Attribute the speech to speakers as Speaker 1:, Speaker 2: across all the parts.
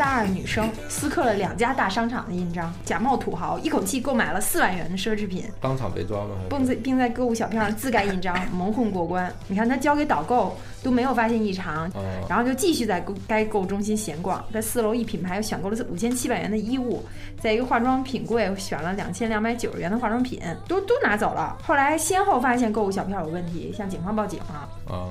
Speaker 1: 二女生私刻了两家大商场的印章，假冒土豪，一口气购买了四万元的奢侈品，
Speaker 2: 当场被抓吗？还是
Speaker 1: 并在并在购物小票上自盖印章，蒙混过关。你看他交给导购都没有发现异常，
Speaker 2: 哦，
Speaker 1: 然后就继续在购该购物中心闲逛，在四楼一品牌又选购了五千七百元的衣物，在一个化妆品柜选了两千两百九十元的化妆品，都都拿走了。后来先后发现购物小票有问题，向警方报警了，
Speaker 2: 哦，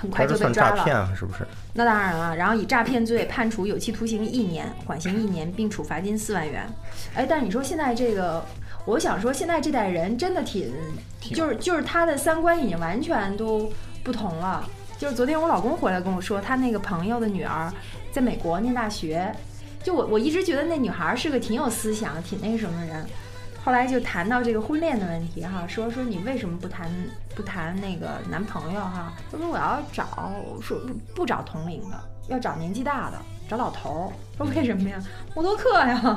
Speaker 1: 很快
Speaker 3: 他
Speaker 1: 就
Speaker 3: 这
Speaker 1: 被
Speaker 3: 算
Speaker 1: 抓
Speaker 3: 诈
Speaker 1: 了。
Speaker 3: 骗啊，是不是？
Speaker 1: 那当然了，然后以诈骗罪判处有期徒刑一年，缓刑一年，并处罚金四万元。哎，但你说现在这个，我想说现在这代人真的挺，
Speaker 2: 挺
Speaker 1: 就是就是他的三观已经完全都不同了。就是昨天我老公回来跟我说，他那个朋友的女儿在美国念大学，就我我一直觉得那女孩是个挺有思想、挺那什么的人。后来就谈到这个婚恋的问题哈，说说你为什么不谈不谈那个男朋友哈？他说我要找说不找同龄的，要找年纪大的，找老头儿。说为什么呀？ 默多克呀。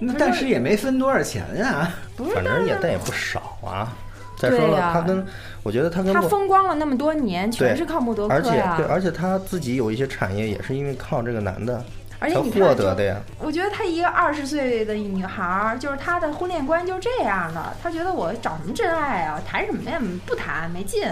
Speaker 4: 那但是也没分多少钱啊。
Speaker 1: 不是
Speaker 3: 反正也但也不少啊。再
Speaker 1: 嗯
Speaker 3: 说
Speaker 1: 对
Speaker 3: 了，
Speaker 1: 呀
Speaker 3: 他跟我觉得他跟
Speaker 1: 他
Speaker 3: 我
Speaker 1: 风光了那么多年，全
Speaker 3: 对
Speaker 1: 是靠默多
Speaker 3: 而
Speaker 1: 克
Speaker 3: 且
Speaker 1: 呀、
Speaker 3: 对，而且他自己有一些产业也是因为靠这个男的
Speaker 1: 而且
Speaker 3: 才
Speaker 1: 你看
Speaker 3: 获得的呀。
Speaker 1: 我觉得她一个二十岁的女孩儿，就是她的婚恋观就是这样的。她觉得我找什么真爱啊？谈什么呀？不谈没劲。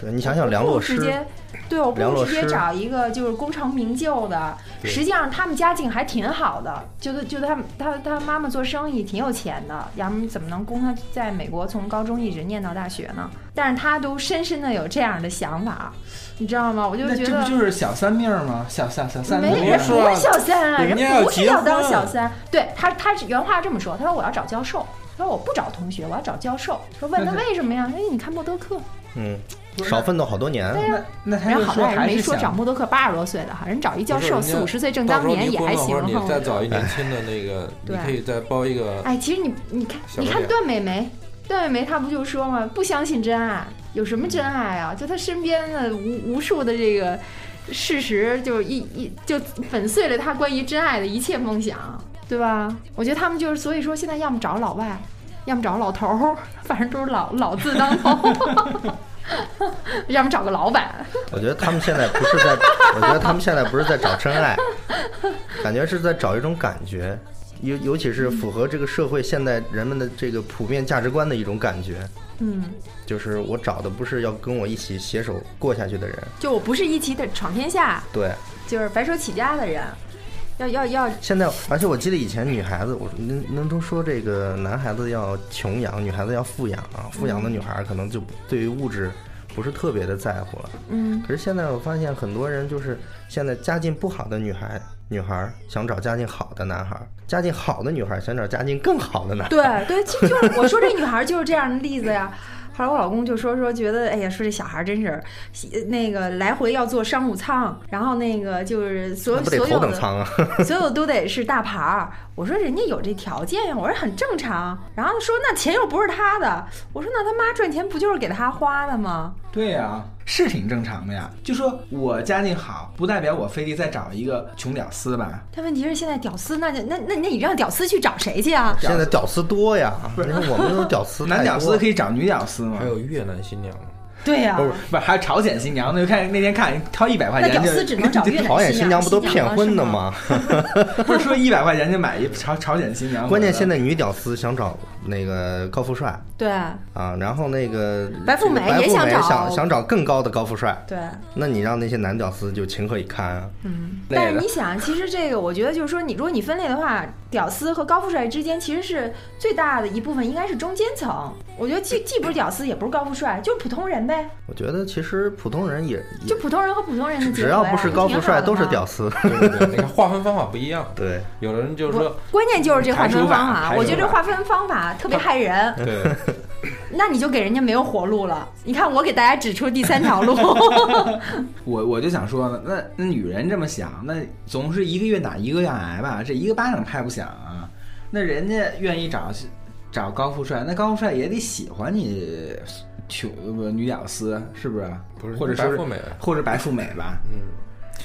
Speaker 3: 对你想想梁
Speaker 1: 我不
Speaker 3: 洛
Speaker 1: 如
Speaker 3: 施
Speaker 1: 直，接，对，我不
Speaker 3: 梁
Speaker 1: 如
Speaker 3: 洛
Speaker 1: 直接
Speaker 3: 施
Speaker 1: 找一个就是功成名就的。
Speaker 2: 对
Speaker 1: 实际上他们家境还挺好的，就是就他他他妈妈做生意挺有钱的，要不然怎么能供他在美国从高中一直念到大学呢？但是他都深深的有这样的想法，你知道吗？我就
Speaker 4: 那
Speaker 1: 觉
Speaker 4: 这不
Speaker 1: 得。
Speaker 4: 就是小三命吗？小小小三
Speaker 1: 没
Speaker 4: 命啊
Speaker 1: 人
Speaker 2: 你
Speaker 1: 不
Speaker 2: 说
Speaker 1: 是小三啊，
Speaker 2: 人家
Speaker 1: 不
Speaker 2: 要
Speaker 1: 是
Speaker 2: 结
Speaker 1: 要当
Speaker 2: 婚
Speaker 1: 小三。对他，他是原话这么说，他说我要找教授，他说我不找同学，我要找教授。说问他
Speaker 4: 那他
Speaker 1: 为什么呀？因为你看默多克，
Speaker 3: 嗯，
Speaker 4: 不是
Speaker 3: 少奋斗好多年。
Speaker 1: 对呀、
Speaker 4: 那他
Speaker 1: 人
Speaker 4: 就
Speaker 1: 好
Speaker 4: 说
Speaker 1: 歹人
Speaker 4: 还
Speaker 1: 没
Speaker 4: 是
Speaker 1: 说找
Speaker 4: 想
Speaker 1: 默多克八十多岁的哈，人找一教授
Speaker 2: 不是人
Speaker 1: 四
Speaker 2: 家
Speaker 1: 五十岁正
Speaker 2: 到
Speaker 1: 当
Speaker 2: 时候
Speaker 1: 年
Speaker 2: 你
Speaker 1: 也
Speaker 2: 婚
Speaker 1: 还
Speaker 2: 了或
Speaker 1: 行
Speaker 2: 者你
Speaker 1: 哈。
Speaker 2: 再找一年轻的那个， 你
Speaker 1: 对
Speaker 2: 可以再包一个，
Speaker 1: 哎，其实你你看
Speaker 2: 小
Speaker 1: 你看
Speaker 2: 白脸
Speaker 1: 段美梅，段美梅她不就说嘛，不相信真爱，有什么真爱啊？就她身边的无无数的这个事实，就是一一就粉碎了她关于真爱的一切梦想，对吧？我觉得他们就是，所以说现在要么找老外，要么找老头儿，反正都是老老字当头， 要么找个老板。
Speaker 3: 我觉得他们现在不是在，我觉得他们现在不是在找 真爱，感觉是在找一种感觉，尤尤其
Speaker 1: 嗯
Speaker 3: 是符合这个社会现代人们的这个普遍价值观的一种感觉，
Speaker 1: 嗯，
Speaker 3: 就是我找的不是要跟我一起携手过下去的人，
Speaker 1: 就我不是一起的闯天下，
Speaker 3: 对。
Speaker 1: 就是白手起家的人，要要要
Speaker 3: 现在，而且我记得以前女孩子，我您您都说这个男孩子要穷养，女孩子要富养啊，富养的女孩可能就对于物质不是特别的在乎了。
Speaker 1: 嗯，
Speaker 3: 可是现在我发现很多人就是现在家境不好的女孩，女孩想找家境好的男孩，家境好的女孩想找家境更好的男孩。
Speaker 1: 对对，就就是我说这女孩儿就是这样的例子呀。后来我老公就说说觉得，哎呀，说这小孩儿真是那个来回要坐商务舱，然后那个就是所
Speaker 3: 那
Speaker 1: 有
Speaker 3: 不得
Speaker 1: 所
Speaker 3: 头
Speaker 1: 有
Speaker 3: 等
Speaker 1: 的
Speaker 3: 舱啊！
Speaker 1: 所有都得是大牌儿。我说人家有这条件呀，我说很正常。然后说那钱又不是他的，我说那他妈赚钱不就是给他花的吗？
Speaker 4: 对呀、是挺正常的呀。就说我家境好，不代表我非得再找一个穷屌丝吧。
Speaker 1: 但问题是现在屌丝那就那那那你让屌丝去找谁去啊？
Speaker 3: 现在屌丝多呀，因为我们这种屌丝
Speaker 4: 男屌丝可
Speaker 3: 以
Speaker 4: 以找女屌丝吗
Speaker 2: 还？有越南新娘，
Speaker 1: 对呀、
Speaker 4: 不是不是，还有朝鲜新娘，那就看那天看掏一百块
Speaker 1: 那
Speaker 4: 钱
Speaker 1: 屌
Speaker 4: 就
Speaker 1: 丝只能找越南
Speaker 3: 朝鲜新娘不都骗婚的
Speaker 1: 吗？
Speaker 3: 吗？
Speaker 4: 不是说一百块钱就买一朝朝鲜新 娘。
Speaker 3: 关键现
Speaker 4: 在
Speaker 3: 在女屌丝想找那个高富帅。
Speaker 1: 对
Speaker 3: 啊，然后那个
Speaker 1: 白富美
Speaker 3: 白
Speaker 1: 也
Speaker 3: 富
Speaker 1: 想
Speaker 3: 美
Speaker 1: 找
Speaker 3: 想想找更高的高富帅，
Speaker 1: 对，
Speaker 3: 那你让那些男屌丝就情何以堪啊？
Speaker 1: 嗯。
Speaker 4: 累了
Speaker 1: 但是你想，其实这个我觉得就是说，你如果你分类的话，屌丝和高富帅之间其实是最大的一部分，应该是中间层。我觉得既既不是屌丝，也不是高富帅，就是普通人呗，
Speaker 3: 我觉得其实普通人也也
Speaker 1: 就普通人和普通人的结
Speaker 3: 只
Speaker 1: 合呀
Speaker 3: 要不是高富帅都
Speaker 1: 挺
Speaker 3: 是。
Speaker 1: 好
Speaker 3: 屌
Speaker 1: 的嘛
Speaker 3: 丝，
Speaker 2: 对对对，你看划分方法不一样，
Speaker 3: 对
Speaker 2: 有的人就是说，
Speaker 1: 关键就是这划分方
Speaker 4: 排除
Speaker 1: 法，
Speaker 4: 法
Speaker 1: 我觉得这划分方法特别害人，
Speaker 2: 对，
Speaker 1: 那你就给人家没有活路了。你看，我给大家指出第三 条路，
Speaker 4: 我我就想说呢，那那女人这么想，那总是一个愿打一个愿挨吧，这一个巴掌拍不响啊。那人家愿意找找高富帅，那高富帅也得喜欢你穷不女屌丝，是不是？啊
Speaker 2: 不是
Speaker 4: 或者
Speaker 2: 白
Speaker 4: 说是
Speaker 2: 富美，
Speaker 4: 或者白富美吧。
Speaker 2: 嗯，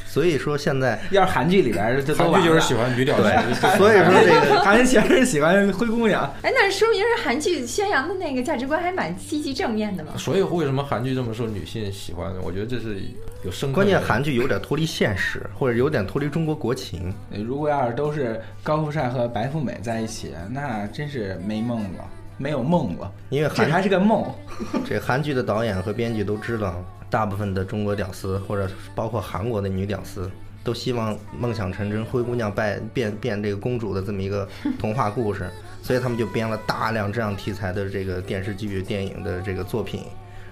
Speaker 3: 所以说现在，
Speaker 4: 要是韩剧里边儿这都
Speaker 2: 韩剧就是喜
Speaker 4: 欢，
Speaker 2: 欢女屌丝，
Speaker 3: 对，所以 说这个
Speaker 4: 韩剧全是喜欢灰姑娘。
Speaker 1: 哎，那说明是韩剧宣扬的那个价值观还蛮积极正面的嘛。
Speaker 2: 所以为什么韩剧这么受女性喜欢？我觉得这是有深刻的
Speaker 3: 关键韩剧有点脱离现实，或者有点脱离中国国情。
Speaker 4: 哎如果要是都是高富帅和白富美在一起，那真是没梦了，没有梦了。
Speaker 3: 因为
Speaker 4: 这
Speaker 3: 韩
Speaker 4: 还是个梦，
Speaker 3: 这韩剧的导演和编剧都知道，大部分的中国屌丝，或者包括韩国的女屌丝，都希望梦想成真，灰姑娘拜 变变这个公主的这么一个童话故事， 所以他们就编了大量这样题材的这个电视剧、电影的这个作品，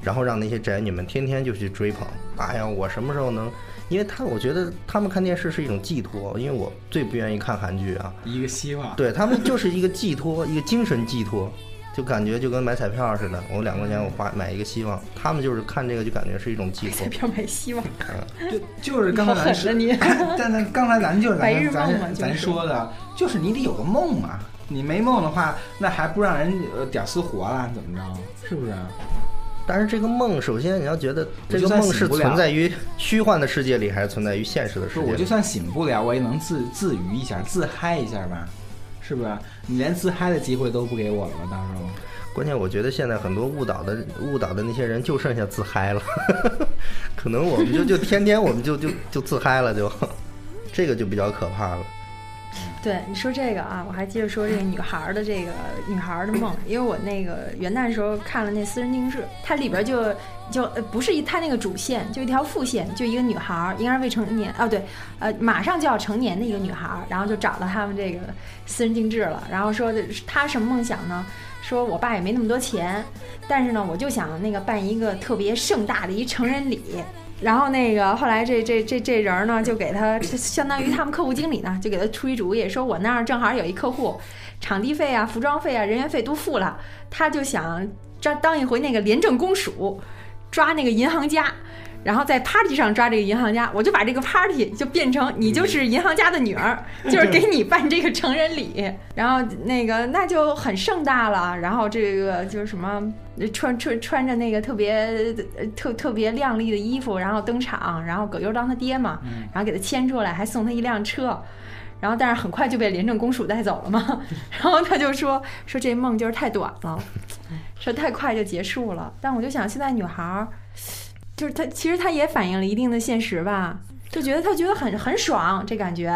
Speaker 3: 然后让那些宅女们天天就去追捧。哎呀，我什么时候能？因为他，我觉得他们看电视是一种寄托，因为我最不愿意看韩剧啊，
Speaker 4: 一个希望。
Speaker 3: 对他们就是一个寄托，一个精神寄托，就感觉就跟买彩票似的，我两块钱我花买一个希望，他们就是看这个就感觉是一种寄托嗯
Speaker 1: 彩。票没希望，
Speaker 4: 就就是刚
Speaker 1: 好
Speaker 4: 才咱
Speaker 1: 狠
Speaker 4: 说
Speaker 1: 了你！
Speaker 4: 但咱刚才咱就是
Speaker 1: 白日
Speaker 4: 咱
Speaker 1: 梦嘛
Speaker 4: 咱
Speaker 1: 就是
Speaker 4: 咱说的，就是你得有个梦啊！你没梦的话，那还不让人呃屌丝活了，怎么着？是不是？
Speaker 3: 但是这个梦，首先你要觉得
Speaker 4: 我就
Speaker 3: 这个梦
Speaker 4: 算
Speaker 3: 是
Speaker 4: 醒不了
Speaker 3: 存在于虚幻的世界里，还是存在于现实的世
Speaker 4: 不是，
Speaker 3: 界
Speaker 4: 我就
Speaker 3: 里？
Speaker 4: 算醒不了，我也能自自娱一下，自嗨一下吧，是不是？你连自嗨的机会都不给我了，到时候。
Speaker 3: 关键我觉得现在很多误导的误导的那些人就剩下自嗨了， 可能我们就就天天我们就就就自嗨了就， 这个就比较可怕了。
Speaker 1: 对你说这个啊，我还接着说这个女孩儿的这个女孩儿的梦，因为我那个元旦的时候看了那《私人定制》，它里边就就呃不是一它那个主线，就一条副线，就一个女孩儿，应该是未成年啊，对，呃马上就要成年的一个女孩儿，然后就找到他们这个私人定制了，然后说的她什么梦想呢？说我爸也没那么多钱，但是呢，我就想那个办一个特别盛大的一成人礼。然后那个后来这这这这人儿呢，就给他这相当于他们客户经理呢，就给他出一主意，说我那儿正好有一客户，场地费啊、服装费啊、人员费都付了，他就想当当一回那个廉政公署，抓那个银行家。然后在 party 上抓这个银行家，我就把这个 party 就变成你就是银行家的女儿，就是给你办这个成人礼，然后那个那就很盛大了。然后这个就是什么穿穿穿着那个特别呃特特别靓丽的衣服，然后登场，然后葛优当他爹嘛，然后给他牵出来，还送他一辆车。然后，但是很快就被廉政公署带走了嘛。 然后他就说说这梦就是太短了，说太快就结束了。但我就想，现在女孩儿，就是她其实她也反映了一定的现实吧，就觉得她觉得很很爽，这感觉。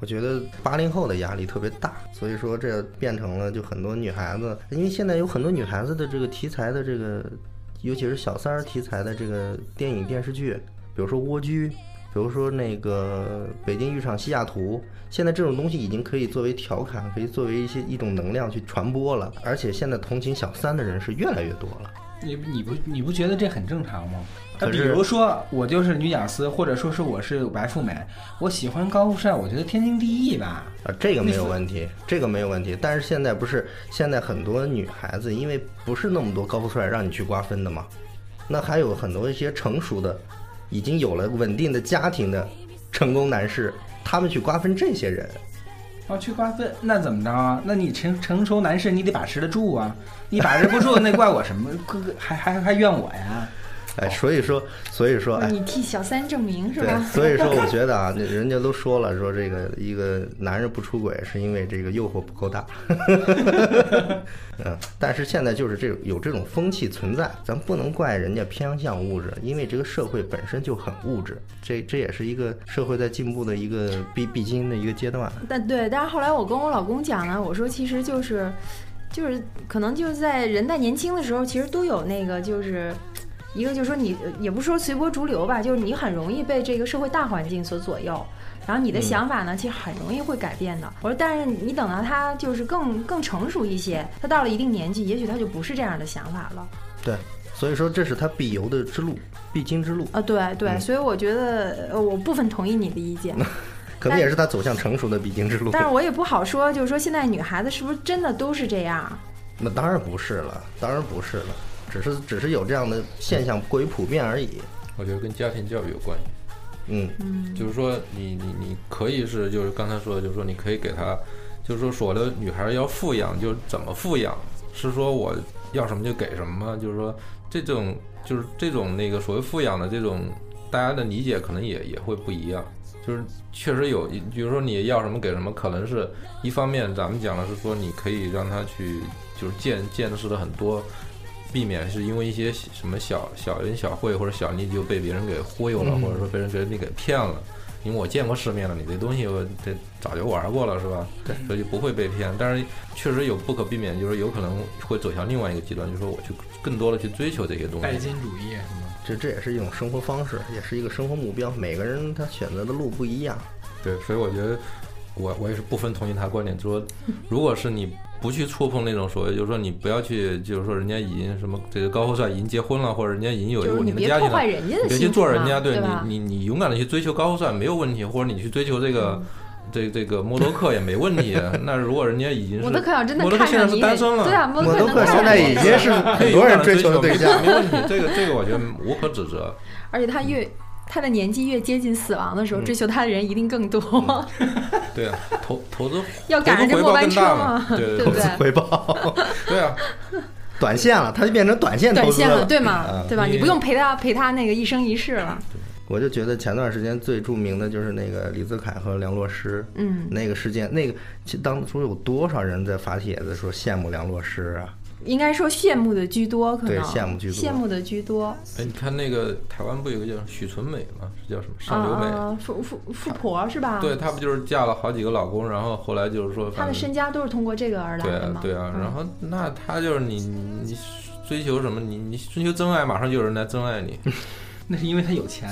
Speaker 3: 我觉得八零后的压力特别大，所以说这变成了就很多女孩子，因为现在有很多女孩子的这个题材的这个，尤其是小三儿题材的这个电影电视剧，比如说《蜗居》，比如说那个《北京遇上西雅图》，现在这种东西已经可以作为调侃，可以作为一些一种能量去传播了，而且现在同情小三的人是越来越多了。
Speaker 4: 你你不你不觉得这很正常吗？
Speaker 3: 可
Speaker 4: 那呃比
Speaker 3: 是
Speaker 4: 如说我就是女屌丝，或者说是我是白富美，我喜欢高富帅，我觉得天经地义吧。
Speaker 3: 啊，这个没有
Speaker 4: 那是
Speaker 3: 问题，这个没有问题。但是现在不是现在很多女孩子，因为不是那么多高富帅让你去瓜分的嘛，那还有很多一些成熟的，已经有了稳定的家庭的成功男士，他们去瓜分这些人。
Speaker 4: 要去瓜分，那怎么着啊？那你成成熟男士，你得把持得住啊！你把持不住，那怪我什么？哥哥 还还还怨我呀？哦
Speaker 3: 哎，所以说，所以说，哎，
Speaker 1: 你替小三证明是
Speaker 3: 对
Speaker 1: 吧？，
Speaker 3: 所以说我觉得啊，那人家都说了，说这个一个男人不出轨是因为这个诱惑不够大。 嗯，但是现在就是这有这种风气存在，咱不能怪人家偏向物质，因为这个社会本身就很物质，这这也是一个社会在进步的一个必必经的一个阶段。
Speaker 1: 但对，但是后来我跟我老公讲呢，我说其实就是，就是可能就是在人在年轻的时候，其实都有那个就是。一个就是说你也不是说随波逐流吧，就是你很容易被这个社会大环境所左右，然后你的想法呢，其实很容易会改变的。我说，但是你等到他就是更更成熟一些，他到了一定年纪，也许他就不是这样的想法了。
Speaker 3: 对，所以说这是他必由的之路，必经之路，
Speaker 1: 啊，对对，
Speaker 3: 嗯
Speaker 1: 所以我觉得呃我部分同意你的意见，
Speaker 3: 可能也是他走向成熟的必经之路。
Speaker 1: 但是我也不好说，就是说现在女孩子是不是真的都是这样？
Speaker 3: 那当然不是了，当然不是了，只是只是有这样的现象过于普遍而已。
Speaker 2: 我觉得跟家庭教育有关系。
Speaker 3: 嗯。
Speaker 2: 就是说你，你你可以是，就是刚才说的，就是说你可以给她，就是说所谓的女孩要富养，就是怎么富养，是说我要什么就给什么吗？就是说这种，就是这种那个所谓富养的这种大家的理解可能也也会不一样。就是确实有，比如说你要什么给什么，可能是一方面咱们讲的是说你可以让他去就是见见识的很多，避免是因为一些什么小小恩小惠或者小利就被别人给忽悠了，
Speaker 3: 嗯
Speaker 2: 或者说被人给你给骗了。因为我见过世面了，你这东西我这早就玩过了，是吧？
Speaker 3: 对，
Speaker 2: 所以就不会被骗。但是确实有不可避免，就是有可能会走向另外一个极端，就是说我去更多的去追求这些东
Speaker 5: 拜
Speaker 2: 西。
Speaker 5: 金主义什么，
Speaker 3: 这这也是一种生活方式，也是一个生活目标。每个人他选择的路不一样，
Speaker 2: 对，所以我觉得我我也是不分同意他观点，就是说如果是你不去触碰那种所谓，就是说你不要去，就是说人家已经什么这个高富帅已经结婚了，或者人家已经有一
Speaker 1: 就
Speaker 2: 个
Speaker 1: 是
Speaker 2: 稳
Speaker 1: 你
Speaker 2: 定
Speaker 1: 别
Speaker 2: 的家
Speaker 1: 破
Speaker 2: 庭了
Speaker 1: 坏。人家
Speaker 2: 你
Speaker 1: 的幸
Speaker 2: 别去
Speaker 1: 福
Speaker 2: 做人
Speaker 1: 嘛
Speaker 2: 家，对
Speaker 1: 对吧？
Speaker 2: 你，你你勇敢的去追求高富帅没有问题，或者你去追求这
Speaker 1: 嗯
Speaker 2: 个，这这个默多克也没 问题。那如果人家已经是
Speaker 1: 我都可想真的
Speaker 2: 我都
Speaker 1: 看
Speaker 2: 现在
Speaker 1: 上
Speaker 2: 是
Speaker 1: 你，
Speaker 2: 单身了
Speaker 1: 对啊，我
Speaker 3: 我
Speaker 1: 都
Speaker 3: 都
Speaker 1: 可
Speaker 3: 可
Speaker 1: 能
Speaker 3: 现
Speaker 1: 看
Speaker 3: 在
Speaker 1: 上
Speaker 3: 已
Speaker 1: 你
Speaker 3: 经是 很多人追求的对象。
Speaker 2: 没问题。这个这个我觉得无可指责。
Speaker 1: 而且他越他的年纪越接近死亡的时候，
Speaker 2: 嗯
Speaker 1: 追求他的人一定更多，
Speaker 2: 对啊，投投资
Speaker 1: 要赶上这
Speaker 2: 回
Speaker 1: 末
Speaker 2: 报
Speaker 1: 班
Speaker 2: 更
Speaker 1: 车
Speaker 2: 大嘛
Speaker 1: 嘛，？
Speaker 2: 对
Speaker 1: 不
Speaker 2: 对
Speaker 1: 对？
Speaker 3: 回报
Speaker 2: 对啊，
Speaker 3: 短线了，他就变成短线投
Speaker 1: 短
Speaker 3: 资
Speaker 1: 线了，对吗
Speaker 3: 嗯？
Speaker 1: 对吧？
Speaker 2: 你
Speaker 1: 你不用陪他陪他那个一生一世了，
Speaker 3: 我就觉得前段时间最著名的就是那个李自凯和梁洛施
Speaker 1: 嗯，
Speaker 3: 那个事件，那个其当初有多少人在发帖子说羡慕梁洛施啊？
Speaker 2: 嗯
Speaker 1: 应该说羡慕的居多，可
Speaker 3: 对
Speaker 1: 能
Speaker 3: 羡慕居多
Speaker 1: 羡慕的居多。
Speaker 2: 哎，你看那个台湾不有个叫许纯美吗？是叫什么上流美？
Speaker 1: 啊，富富富婆是吧？
Speaker 2: 对，她不就是嫁了好几个老公，然后后来就是说，
Speaker 1: 哦她
Speaker 2: 反
Speaker 1: 的
Speaker 2: 正
Speaker 1: 身家都是通过这个而来
Speaker 2: 对
Speaker 1: 的
Speaker 2: 啊
Speaker 1: 嘛。
Speaker 2: 对啊，
Speaker 1: 嗯
Speaker 2: 然后那她就是你你追求什么？你你追求真爱，马上就有人来真爱你。
Speaker 4: 那是因为他有钱。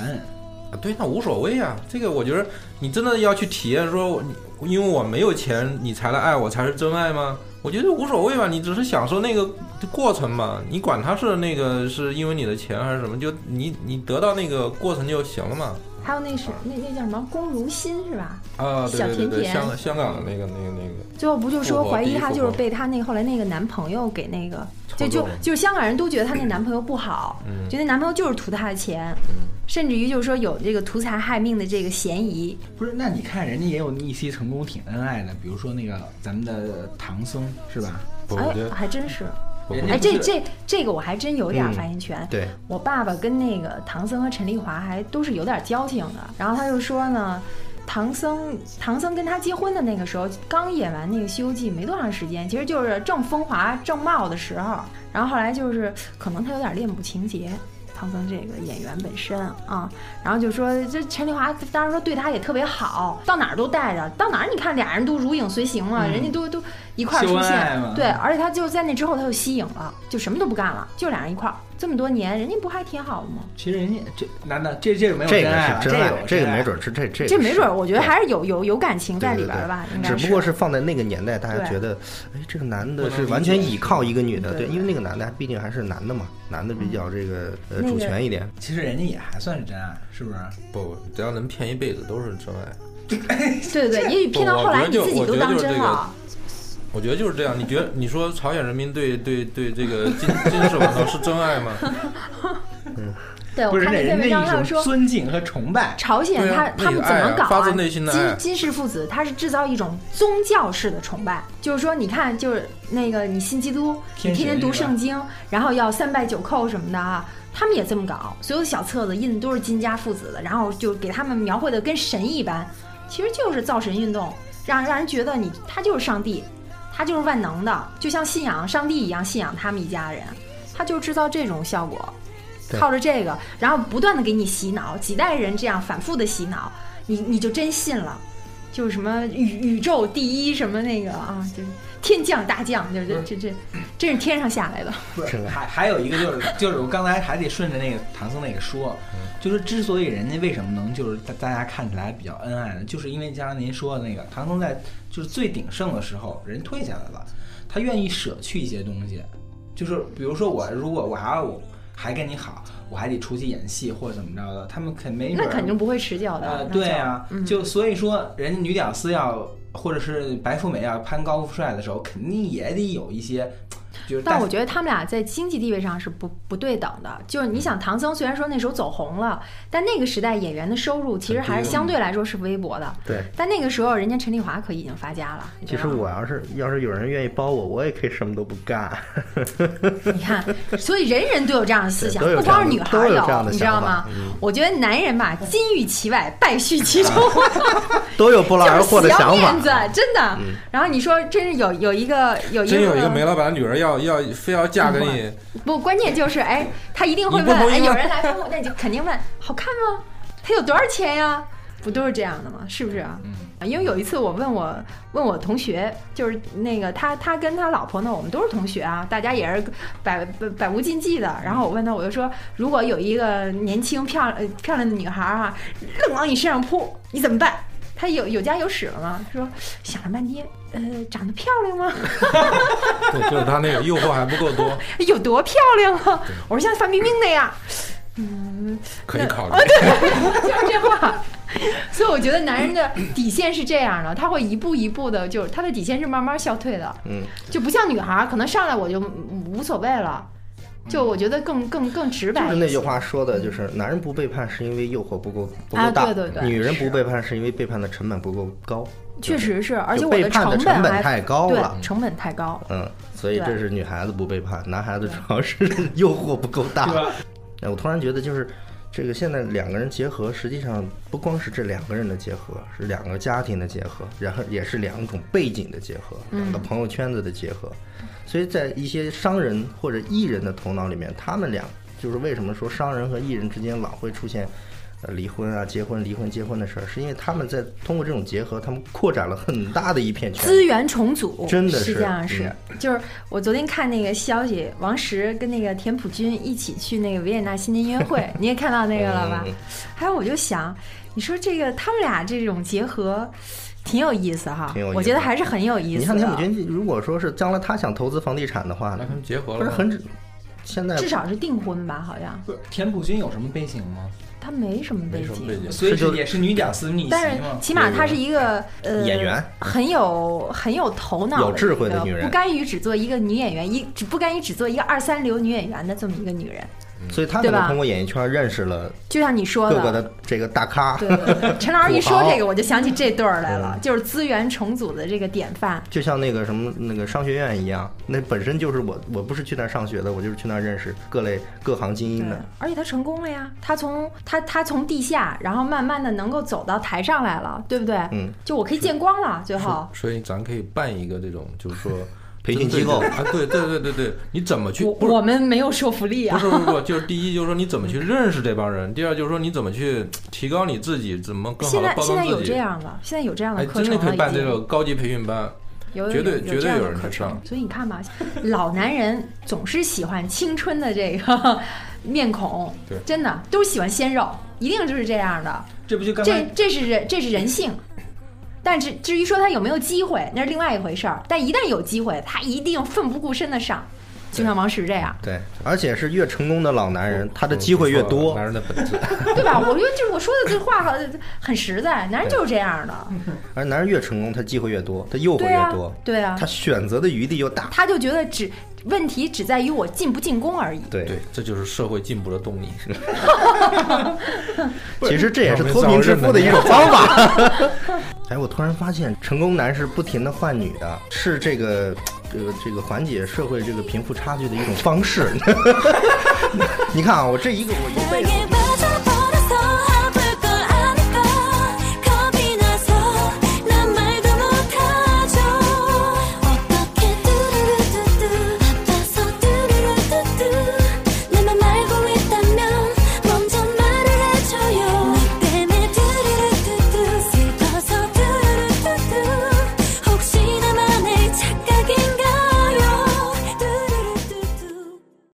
Speaker 2: 啊，对，那无所谓啊。这个我觉得你真的要去体验说，我你因为我没有钱，你才来爱我才是真爱吗？我觉得无所谓吧，你只是享受那个过程嘛，你管他是那个是因为你的钱还是什么，就你你得到那个过程就行了嘛。
Speaker 1: 还有那是那那叫什么龚如心是吧？
Speaker 2: 啊，对
Speaker 1: 小
Speaker 2: 对对
Speaker 1: 甜
Speaker 2: 对，
Speaker 1: 甜
Speaker 2: 香港香港的那个那个那个，
Speaker 1: 最后不就说
Speaker 2: 富婆
Speaker 1: 怀
Speaker 2: 第
Speaker 1: 疑
Speaker 2: 一
Speaker 1: 她
Speaker 2: 富
Speaker 1: 就是
Speaker 2: 婆
Speaker 1: 被她那后来那个男朋友给那个，就
Speaker 2: 操纵
Speaker 1: 就
Speaker 2: 了
Speaker 1: 就是香港人都觉得她那男朋友不好，
Speaker 2: 嗯
Speaker 1: 觉得男朋友就是图她的钱，甚至于就是说有这个图财害命的这个嫌疑。
Speaker 4: 不是，那你看人家也有逆袭成功、挺恩爱的，比如说那个咱们的唐僧是吧？
Speaker 2: 不，我
Speaker 1: 哎
Speaker 2: 觉，得嗯
Speaker 1: 还真是，
Speaker 2: 我
Speaker 4: 人
Speaker 2: 不
Speaker 4: 家
Speaker 1: 哎，
Speaker 4: 不
Speaker 1: 这
Speaker 4: 是
Speaker 1: 这这个我还真有点
Speaker 2: 嗯
Speaker 1: 儿发言权。
Speaker 3: 对，
Speaker 1: 我爸爸跟那个唐僧和陈丽华还都是有点交情的。然后他就说呢，唐僧唐僧跟他结婚的那个时候，刚演完那个《西游记》没多长时间，其实就是正风华正茂的时候。然后后来就是可能他有点恋母情节。唐僧这个演员本身啊，然后就说这陈丽华当然说对他也特别好，到哪儿都带着，到哪儿你看俩人都如影随形
Speaker 3: 嗯
Speaker 1: 了，人家都都一块儿
Speaker 4: 秀
Speaker 1: 出
Speaker 4: 恩爱
Speaker 1: 现
Speaker 4: 嘛，
Speaker 1: 对，而且他就在那之后他就息影了，就什么都不干了，就俩人一块儿，这么多年人家不还挺好的吗？
Speaker 4: 其实人家这难道这这个没有
Speaker 3: 这
Speaker 4: 真
Speaker 3: 个
Speaker 4: 爱
Speaker 3: 是
Speaker 4: 了？
Speaker 3: 真爱，
Speaker 4: 这
Speaker 3: 这
Speaker 4: 有
Speaker 3: 个没准儿是这这
Speaker 1: 这没准儿，
Speaker 3: 是
Speaker 1: 我觉得还是有有有感情在里边
Speaker 3: 对
Speaker 1: 儿
Speaker 3: 对
Speaker 1: 吧，应该
Speaker 3: 只不过是放在那个年代，大家
Speaker 1: 对
Speaker 3: 觉得，哎，这个男
Speaker 4: 不
Speaker 3: 的
Speaker 4: 能
Speaker 3: 是
Speaker 4: 理
Speaker 3: 完全
Speaker 4: 解
Speaker 3: 倚靠一个女的，
Speaker 1: 对
Speaker 3: 对，因为那个男的毕竟还是男的嘛，男的比较这个呃
Speaker 1: 那
Speaker 3: 主
Speaker 1: 个
Speaker 3: 权一点。
Speaker 4: 其实人家也还算是真爱，是不是？
Speaker 2: 不，只要能骗一辈子都是真爱。
Speaker 1: 对对对，也许骗到
Speaker 2: 我
Speaker 1: 后来
Speaker 2: 我
Speaker 1: 你
Speaker 2: 觉得
Speaker 1: 自己
Speaker 2: 就
Speaker 1: 都
Speaker 2: 我觉得
Speaker 1: 当
Speaker 2: 就是
Speaker 1: 真
Speaker 2: 这个
Speaker 1: 了，
Speaker 2: 我觉得就是这样。你觉得你说朝鲜人民对对对这个金金氏王朝是真爱 吗？
Speaker 1: 对
Speaker 4: 不
Speaker 1: 我
Speaker 4: 是，
Speaker 1: 看
Speaker 4: 那
Speaker 1: 那篇
Speaker 4: 人
Speaker 1: 文章
Speaker 4: 家
Speaker 1: 上
Speaker 4: 一
Speaker 1: 说
Speaker 4: 种。尊敬和崇拜。
Speaker 1: 朝鲜
Speaker 2: 对
Speaker 1: 他、
Speaker 2: 啊
Speaker 1: 他们
Speaker 2: 那个
Speaker 1: 怎么
Speaker 2: 爱啊
Speaker 1: 搞
Speaker 2: 发
Speaker 1: 啊？
Speaker 2: 自内心的爱
Speaker 1: 金金氏父子他是制造一种宗教式的崇拜，就是说，你看，就是那个你信基督，你
Speaker 4: 天
Speaker 1: 天天
Speaker 4: 神
Speaker 1: 读
Speaker 4: 是吧
Speaker 1: 圣经，然后要三拜九叩什么的啊。他们也这么搞，所有的小册子印的都是金家父子的，然后就给他们描绘的跟神一般，其实就是造神运动，让让人觉得你他就是上帝，他就是万能的，就像信仰上帝一样信仰他们一家人，他就制造这种效果，
Speaker 3: 对
Speaker 1: 靠着这个，然后不断的给你洗脑，几代人这样反复的洗脑，你你就真信了，就是什么宇宇宙第一什么那个啊，就是天降大降，就是
Speaker 3: 嗯
Speaker 1: 这这这真是天上下来的，
Speaker 4: 不是
Speaker 3: 真，爱
Speaker 4: 还还有一个就是 就是我刚才还得顺着那个唐僧那个说，就是之所以人家为什么能就是大大家看起来比较恩爱呢，就是因为刚才您说的那个唐僧在就是最鼎盛的时候，人退下来了，他愿意舍去一些东西，就是比如说我如果我还要我还跟你好，我还得出去演戏或者怎么着的，他们肯没准
Speaker 1: 那
Speaker 4: 儿
Speaker 1: 肯定不会持久的。
Speaker 4: 呃，
Speaker 1: 那
Speaker 4: 对
Speaker 1: 就
Speaker 4: 啊，
Speaker 1: 嗯
Speaker 4: 就所以说，人家女屌丝要或者是白富美要攀高富帅的时候，肯定也得有一些就是
Speaker 1: 但
Speaker 4: 大
Speaker 1: 我觉得他们俩在经济地位上是不不对等的。就是你想，唐僧虽然说那时候走红了，但那个时代演员的收入其实还是相对来说是微薄的。
Speaker 3: 对，
Speaker 1: 但那个时候，人家陈丽华可已经发家了。你
Speaker 3: 其
Speaker 1: 知道
Speaker 3: 实
Speaker 1: 吗
Speaker 3: 我要是要是有人愿意包我，我也可以什么都不干。
Speaker 1: 你看，所以人人都有这样的思想，
Speaker 3: 对都有
Speaker 1: 不
Speaker 3: 这样
Speaker 1: 光
Speaker 3: 的
Speaker 1: 是女孩
Speaker 3: 都有这样的
Speaker 1: 你知道
Speaker 3: 想法嗯
Speaker 1: 吗？我觉得男人吧，金玉其外，败絮其 中。
Speaker 3: 都有不劳而
Speaker 1: 就是
Speaker 3: 获
Speaker 1: 死
Speaker 3: 的
Speaker 1: 要
Speaker 3: 想
Speaker 1: 面子
Speaker 3: 法。，
Speaker 1: 真的
Speaker 3: 嗯。
Speaker 1: 然后你说，真是有有一个有一个
Speaker 2: 真有一个煤老板的女儿要要非要嫁给
Speaker 1: 嗯
Speaker 2: 你，
Speaker 1: 不，关键就是哎，他一定会
Speaker 2: 你不
Speaker 1: 问，
Speaker 2: 同意
Speaker 1: 哎，
Speaker 2: 吗
Speaker 1: 有人来问我，那就肯定问，好看吗？他有多少钱呀？不都是这样的吗？是不是啊？
Speaker 2: 嗯
Speaker 1: 因为有一次我问我问我同学，就是那个他他跟他老婆呢，我们都是同学啊，大家也是百百百无禁忌的。然后我问他，我就说，如果有一个年轻漂呃漂亮的女孩儿啊，愣往你身上扑，你怎么办？他有有家有室了吗？他说想了半天，呃，长得漂亮吗？
Speaker 2: 对，就是他那个诱惑还不够多，
Speaker 1: 有多漂亮啊！我说像范冰冰那样，嗯，
Speaker 2: 可以考虑。
Speaker 1: 就是这话。 所以我觉得男人的底线是这样的，他会一步一步的，就是他的底线是慢慢消退的，
Speaker 3: 嗯，
Speaker 1: 就不像女孩儿可能上来我就嗯无所谓了，就我觉得更更更直白一
Speaker 3: 嗯就
Speaker 1: 些。
Speaker 3: 是那句话说的，就是男人不背叛是因为诱惑不够不
Speaker 1: 啊
Speaker 3: 够大，
Speaker 1: 对对对
Speaker 3: 女人不
Speaker 1: 是
Speaker 3: 背叛是因为背叛的成本不够高，
Speaker 1: 确实是，而且
Speaker 3: 就
Speaker 1: 我
Speaker 3: 背叛的成
Speaker 1: 本还
Speaker 3: 太高
Speaker 1: 对
Speaker 3: 了。
Speaker 1: 成本太高。
Speaker 3: 嗯，所以
Speaker 1: 对
Speaker 3: 这是女孩子不背叛，男孩子主要是 诱惑不够大。哎，我突然觉得就是这个现在两个人结合，实际上不光是这两个人的结合，是两个家庭的结合，然后也是两种背景的结合，两
Speaker 1: 嗯
Speaker 3: 个朋友圈子的结合。所以在一些商人或者艺人的头脑里面，他们俩就是为什么说商人和艺人之间老会出现。呃，离婚啊，结婚，离婚，结婚的事儿，是因为他们在通过这种结合，他们扩展了很大的一片圈
Speaker 1: 资
Speaker 3: 子。
Speaker 1: 源重组，
Speaker 3: 真的
Speaker 1: 是
Speaker 3: 是嗯
Speaker 1: 这样是，就是我昨天看那个消息，王石跟那个田朴珺一起去那个维也纳新年音乐 会，你也看到那个了吧
Speaker 3: 嗯？
Speaker 1: 还有我就想，你说这个他们俩这种结合。挺有意思哈，
Speaker 3: 挺有意思
Speaker 1: 我觉得还是很有意思的。啊
Speaker 3: 你看田朴珺，如果说是将来他想投资房地产的话
Speaker 2: 那，他们结合
Speaker 3: 不
Speaker 2: 了
Speaker 3: 是
Speaker 2: 吗，
Speaker 3: 很现在
Speaker 1: 至少是订婚吧，好像
Speaker 4: 不是田朴珺有什么背景吗？
Speaker 1: 他没什么背
Speaker 2: 没什么背
Speaker 1: 景，
Speaker 2: 景，
Speaker 4: 所以
Speaker 3: 是就是
Speaker 4: 也是女屌丝逆袭
Speaker 1: 但是
Speaker 4: 嘛。
Speaker 1: 起码她是一个呃
Speaker 3: 演员，
Speaker 1: 很有很有头脑的一个、
Speaker 3: 有智慧的女人
Speaker 1: 不甘于只做一个女演员，一只不甘于只做一个二三流女演员的这么一个女人。
Speaker 3: 所以他
Speaker 1: 对
Speaker 3: 可能
Speaker 1: 吧
Speaker 3: 通过演艺圈认识了
Speaker 1: 就像你说
Speaker 3: 各
Speaker 1: 的，
Speaker 3: 个的这个大咖，
Speaker 1: 对对对，陈老师一说这
Speaker 3: 土嗯
Speaker 1: 个，我就想起这对儿来了，就是资源重组的这个典范。
Speaker 3: 就像那个什么那个商学院一样，那本身就是我，我不是去那儿上学的，我就是去那儿认识各类各行
Speaker 1: 对
Speaker 3: 精
Speaker 2: 嗯
Speaker 3: 英的。，
Speaker 1: 而且他成功了呀，他从他他从地下，然后慢慢的能够走到台上来了，对不对？
Speaker 3: 嗯，
Speaker 1: 就我可以见光了，最后。
Speaker 2: 所以咱可以办一个这种，就是说
Speaker 3: 培训机构
Speaker 2: 针对啊，对对对对对，你怎么去？
Speaker 1: 我
Speaker 2: 不是
Speaker 1: 我们没有说服力
Speaker 2: 不
Speaker 1: 啊，
Speaker 2: 是不是不是，就是第一就是说你怎么去认识这帮人，第二就是说你怎么去提高你自己，怎么更好
Speaker 1: 现
Speaker 2: 的
Speaker 1: 在
Speaker 2: 包
Speaker 1: 现在
Speaker 2: 装
Speaker 1: 有
Speaker 2: 自
Speaker 1: 这
Speaker 2: 己。
Speaker 1: 样的，现在有这样的
Speaker 2: 哎，
Speaker 1: 课
Speaker 2: 真
Speaker 1: 程
Speaker 2: 的可
Speaker 1: 了，
Speaker 2: 以
Speaker 1: 已
Speaker 2: 办这
Speaker 1: 经
Speaker 2: 种高级培训班，
Speaker 1: 有
Speaker 2: 绝对
Speaker 1: 有
Speaker 2: 绝对
Speaker 1: 这样
Speaker 2: 有
Speaker 1: 的
Speaker 2: 人
Speaker 1: 课
Speaker 2: 上
Speaker 1: 程。所以你看吧，老男人总是喜欢青春的这个 面孔，
Speaker 2: 对
Speaker 1: 真的都喜欢鲜肉，一定就是这样的。
Speaker 4: 这不就刚才
Speaker 1: 这这是人这是人性。但至至于说他有没有机会，那是另外一回事儿。但一旦有机会，他一定奋不顾身的上，就像王石这样，
Speaker 3: 对，而且是越成功的老男人，他的
Speaker 2: 嗯
Speaker 3: 机会越
Speaker 2: 不错
Speaker 3: 多
Speaker 2: 男。人的本质。
Speaker 1: 对吧？我觉得就是我说的这话很很实在，男人就是这样的，
Speaker 3: 而男人越成功，他机会越多，他诱惑
Speaker 1: 对啊
Speaker 3: 越多，，
Speaker 1: 对啊
Speaker 3: 他，选择的余地又大。
Speaker 1: 他就觉得只问题只在于我进不进攻而已。
Speaker 3: 对，
Speaker 2: 对，这就是社会进步的 动力。
Speaker 3: 其实这也是
Speaker 2: 我们
Speaker 3: 脱
Speaker 2: 造
Speaker 3: 贫
Speaker 2: 日
Speaker 3: 致富
Speaker 2: 本
Speaker 3: 的
Speaker 2: 人
Speaker 3: 一种方法。 哎，我突然发现，成功男是不停的换女的，是这个这个这个缓解 社会这个贫富差距的一种方式。你看啊，我这一个我一辈子。